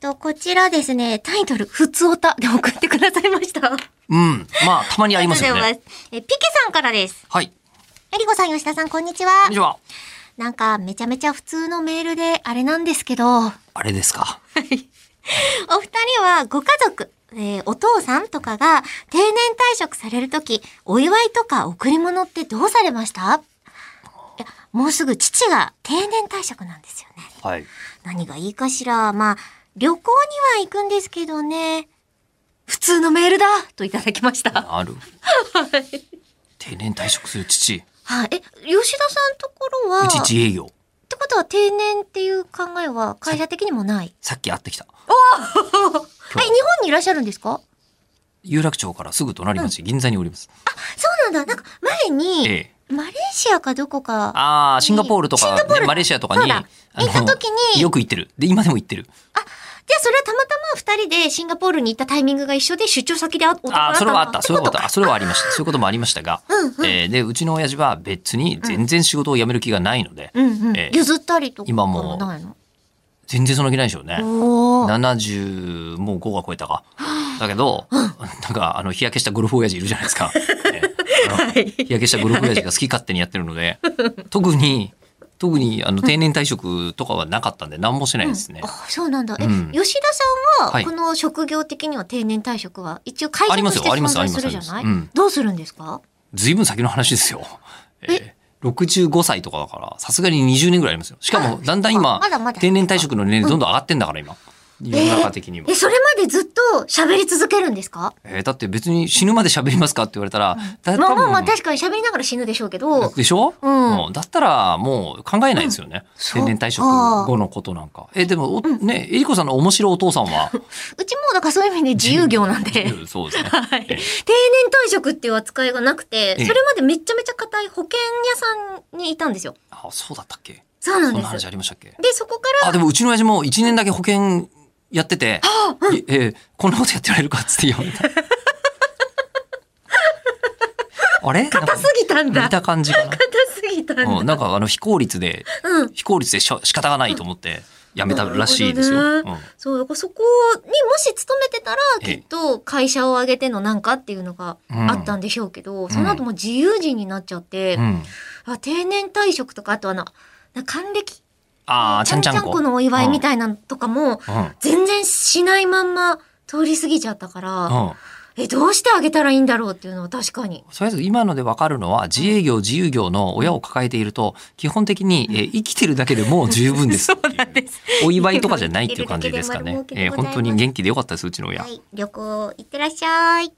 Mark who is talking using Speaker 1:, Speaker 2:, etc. Speaker 1: と、こちらですね、タイトル、ふつおたで送ってくださいました。あ
Speaker 2: うん。まあ、たまにありますよね。
Speaker 1: え、ピケさんからです。
Speaker 2: はい。こ
Speaker 1: えりこさん、吉田さん、こんにち
Speaker 2: ん
Speaker 1: は
Speaker 2: にち。は。
Speaker 1: なんか、めちゃめちゃ普通のメールで、あれなんですけど、
Speaker 2: あれですか。
Speaker 1: お二人はご家族、えーお父さんとかが定年退職されるとき、お祝いとか贈り物ってどうされましたいや、もうすぐ父が定年退職なんですよね。
Speaker 2: はい。
Speaker 1: 何がいいかしら。まあ、旅行には行くんですけどね。普通のメールだといただきました。
Speaker 2: ある。定年退職する父。う
Speaker 1: はい。え、吉田さんところは、
Speaker 2: ち
Speaker 1: っ
Speaker 2: 自営業。
Speaker 1: てことは定年っていう考えは会社的にも ない。
Speaker 2: さっき会ってきた。
Speaker 1: え、日本にいらっしゃるんですか
Speaker 2: 有楽町からすぐ隣町、銀座におります。
Speaker 1: そうなんだ。なんか前に、
Speaker 2: ええ。
Speaker 1: マレーシアかどこか、
Speaker 2: ああ、シンガポールと
Speaker 1: シン
Speaker 2: か
Speaker 1: ガポール、
Speaker 2: ねマレーシアとか
Speaker 1: そう
Speaker 2: に、
Speaker 1: だ
Speaker 2: あ
Speaker 1: 行った時に
Speaker 2: よく行ってる。で、今でも行ってる。
Speaker 1: じゃあそれはたまたま二人でシンガポールに行ったタイミングが一緒で出張先で会った
Speaker 2: ああ、それはあった。そういうこと
Speaker 1: か
Speaker 2: あそれはありました。そういうこともありましたが、えーで、うちの親父は別に全然仕事を辞める気がないので、
Speaker 1: うんうん、
Speaker 2: ええ
Speaker 1: 譲ったりとか
Speaker 2: 今もう
Speaker 1: ないの
Speaker 2: 全然その気ないでしょうね。
Speaker 1: おー
Speaker 2: 70もう5は超えたか。だけど、なんかあの日焼けしたゴルフ親父いるじゃないで すか。ねあの日焼けしたゴルフ親父が好き勝手にやってるので、特に特にあの定年退職とかはなかったんで何もしないですね。
Speaker 1: あそうなんだえ、
Speaker 2: うん
Speaker 1: 吉田さん
Speaker 2: は
Speaker 1: はいこの職業的には定年退職は一応会社
Speaker 2: あり
Speaker 1: と
Speaker 2: ま
Speaker 1: し
Speaker 2: すよ
Speaker 1: て
Speaker 2: あり
Speaker 1: 存
Speaker 2: ます
Speaker 1: 在するじゃ
Speaker 2: あ
Speaker 1: ない、
Speaker 2: りますうん
Speaker 1: どうするんですか
Speaker 2: ずいぶん先の話ですよ。えー、65歳とかだからさすがに20年ぐらいありますよ。しかもだん
Speaker 1: あ
Speaker 2: だん今
Speaker 1: まだまだ
Speaker 2: 定年退職の年齢どんどん上がってんだから今。世の中的にも
Speaker 1: え。それまでずっと喋り続けるんですか
Speaker 2: えーだって別に死ぬまで喋りますかって言われたら、だ
Speaker 1: まあまあまあ
Speaker 2: 多分
Speaker 1: 確かに喋りながら死ぬでしょうけど
Speaker 2: でしょ、
Speaker 1: うん
Speaker 2: うだったらもう考えないですよね、
Speaker 1: そう
Speaker 2: 定年退職後のことなんかえでもお、ねえりこさんの面白いお父さんは
Speaker 1: うちもだからそういう意味で 自由業なんで
Speaker 2: 自由そうで すね、
Speaker 1: はい、定年
Speaker 2: え
Speaker 1: 退職っていう扱いがなくて、
Speaker 2: え
Speaker 1: それまでめちゃめちゃ硬い保険屋さんにいたんですよ。
Speaker 2: あそうだったっけ
Speaker 1: そうなん
Speaker 2: そん
Speaker 1: で
Speaker 2: な
Speaker 1: す。
Speaker 2: 話
Speaker 1: で
Speaker 2: ありましたっけ
Speaker 1: そこから
Speaker 2: あでもうちの親父も1年だけ保険やってて「いえーこんなことやってられるか」っつって言わ れたあれなんか
Speaker 1: 硬すぎたんだ。
Speaker 2: 似
Speaker 1: 硬
Speaker 2: た感じかな
Speaker 1: すぎたんだ。
Speaker 2: うん、なんかあの非効率で
Speaker 1: うん。
Speaker 2: 非効率でしょ仕方がないと思ってやめたらしいですよ。
Speaker 1: なるほ
Speaker 2: うん
Speaker 1: そう、だからそこにもし勤めてたら、
Speaker 2: え
Speaker 1: き
Speaker 2: え
Speaker 1: っと会社を挙げてのなんかっていうのが
Speaker 2: うん
Speaker 1: あったんでしょうけど、その後もう自由人になっちゃって、
Speaker 2: うん、
Speaker 1: あ定年退職とか、あとあの、な還暦
Speaker 2: ああちゃんちゃんこ。
Speaker 1: のお祝いみたいなのとかも、
Speaker 2: うん
Speaker 1: 全然しないまんま通り過ぎちゃったから、
Speaker 2: うん、
Speaker 1: え、どうしてあげたらいいんだろうっていうのは確かに。
Speaker 2: とりあえず今ので分かるのは自営業自由業の親を抱えていると基本的に、えー生きてるだけでもう十分ですって いう
Speaker 1: す。
Speaker 2: お祝いとかじゃないっていう感じですかね
Speaker 1: 生き。てるだけで
Speaker 2: えー
Speaker 1: 丸儲けでございます
Speaker 2: 本当に元気でよかったですうちの親。
Speaker 1: はい、旅行行ってらっしゃい。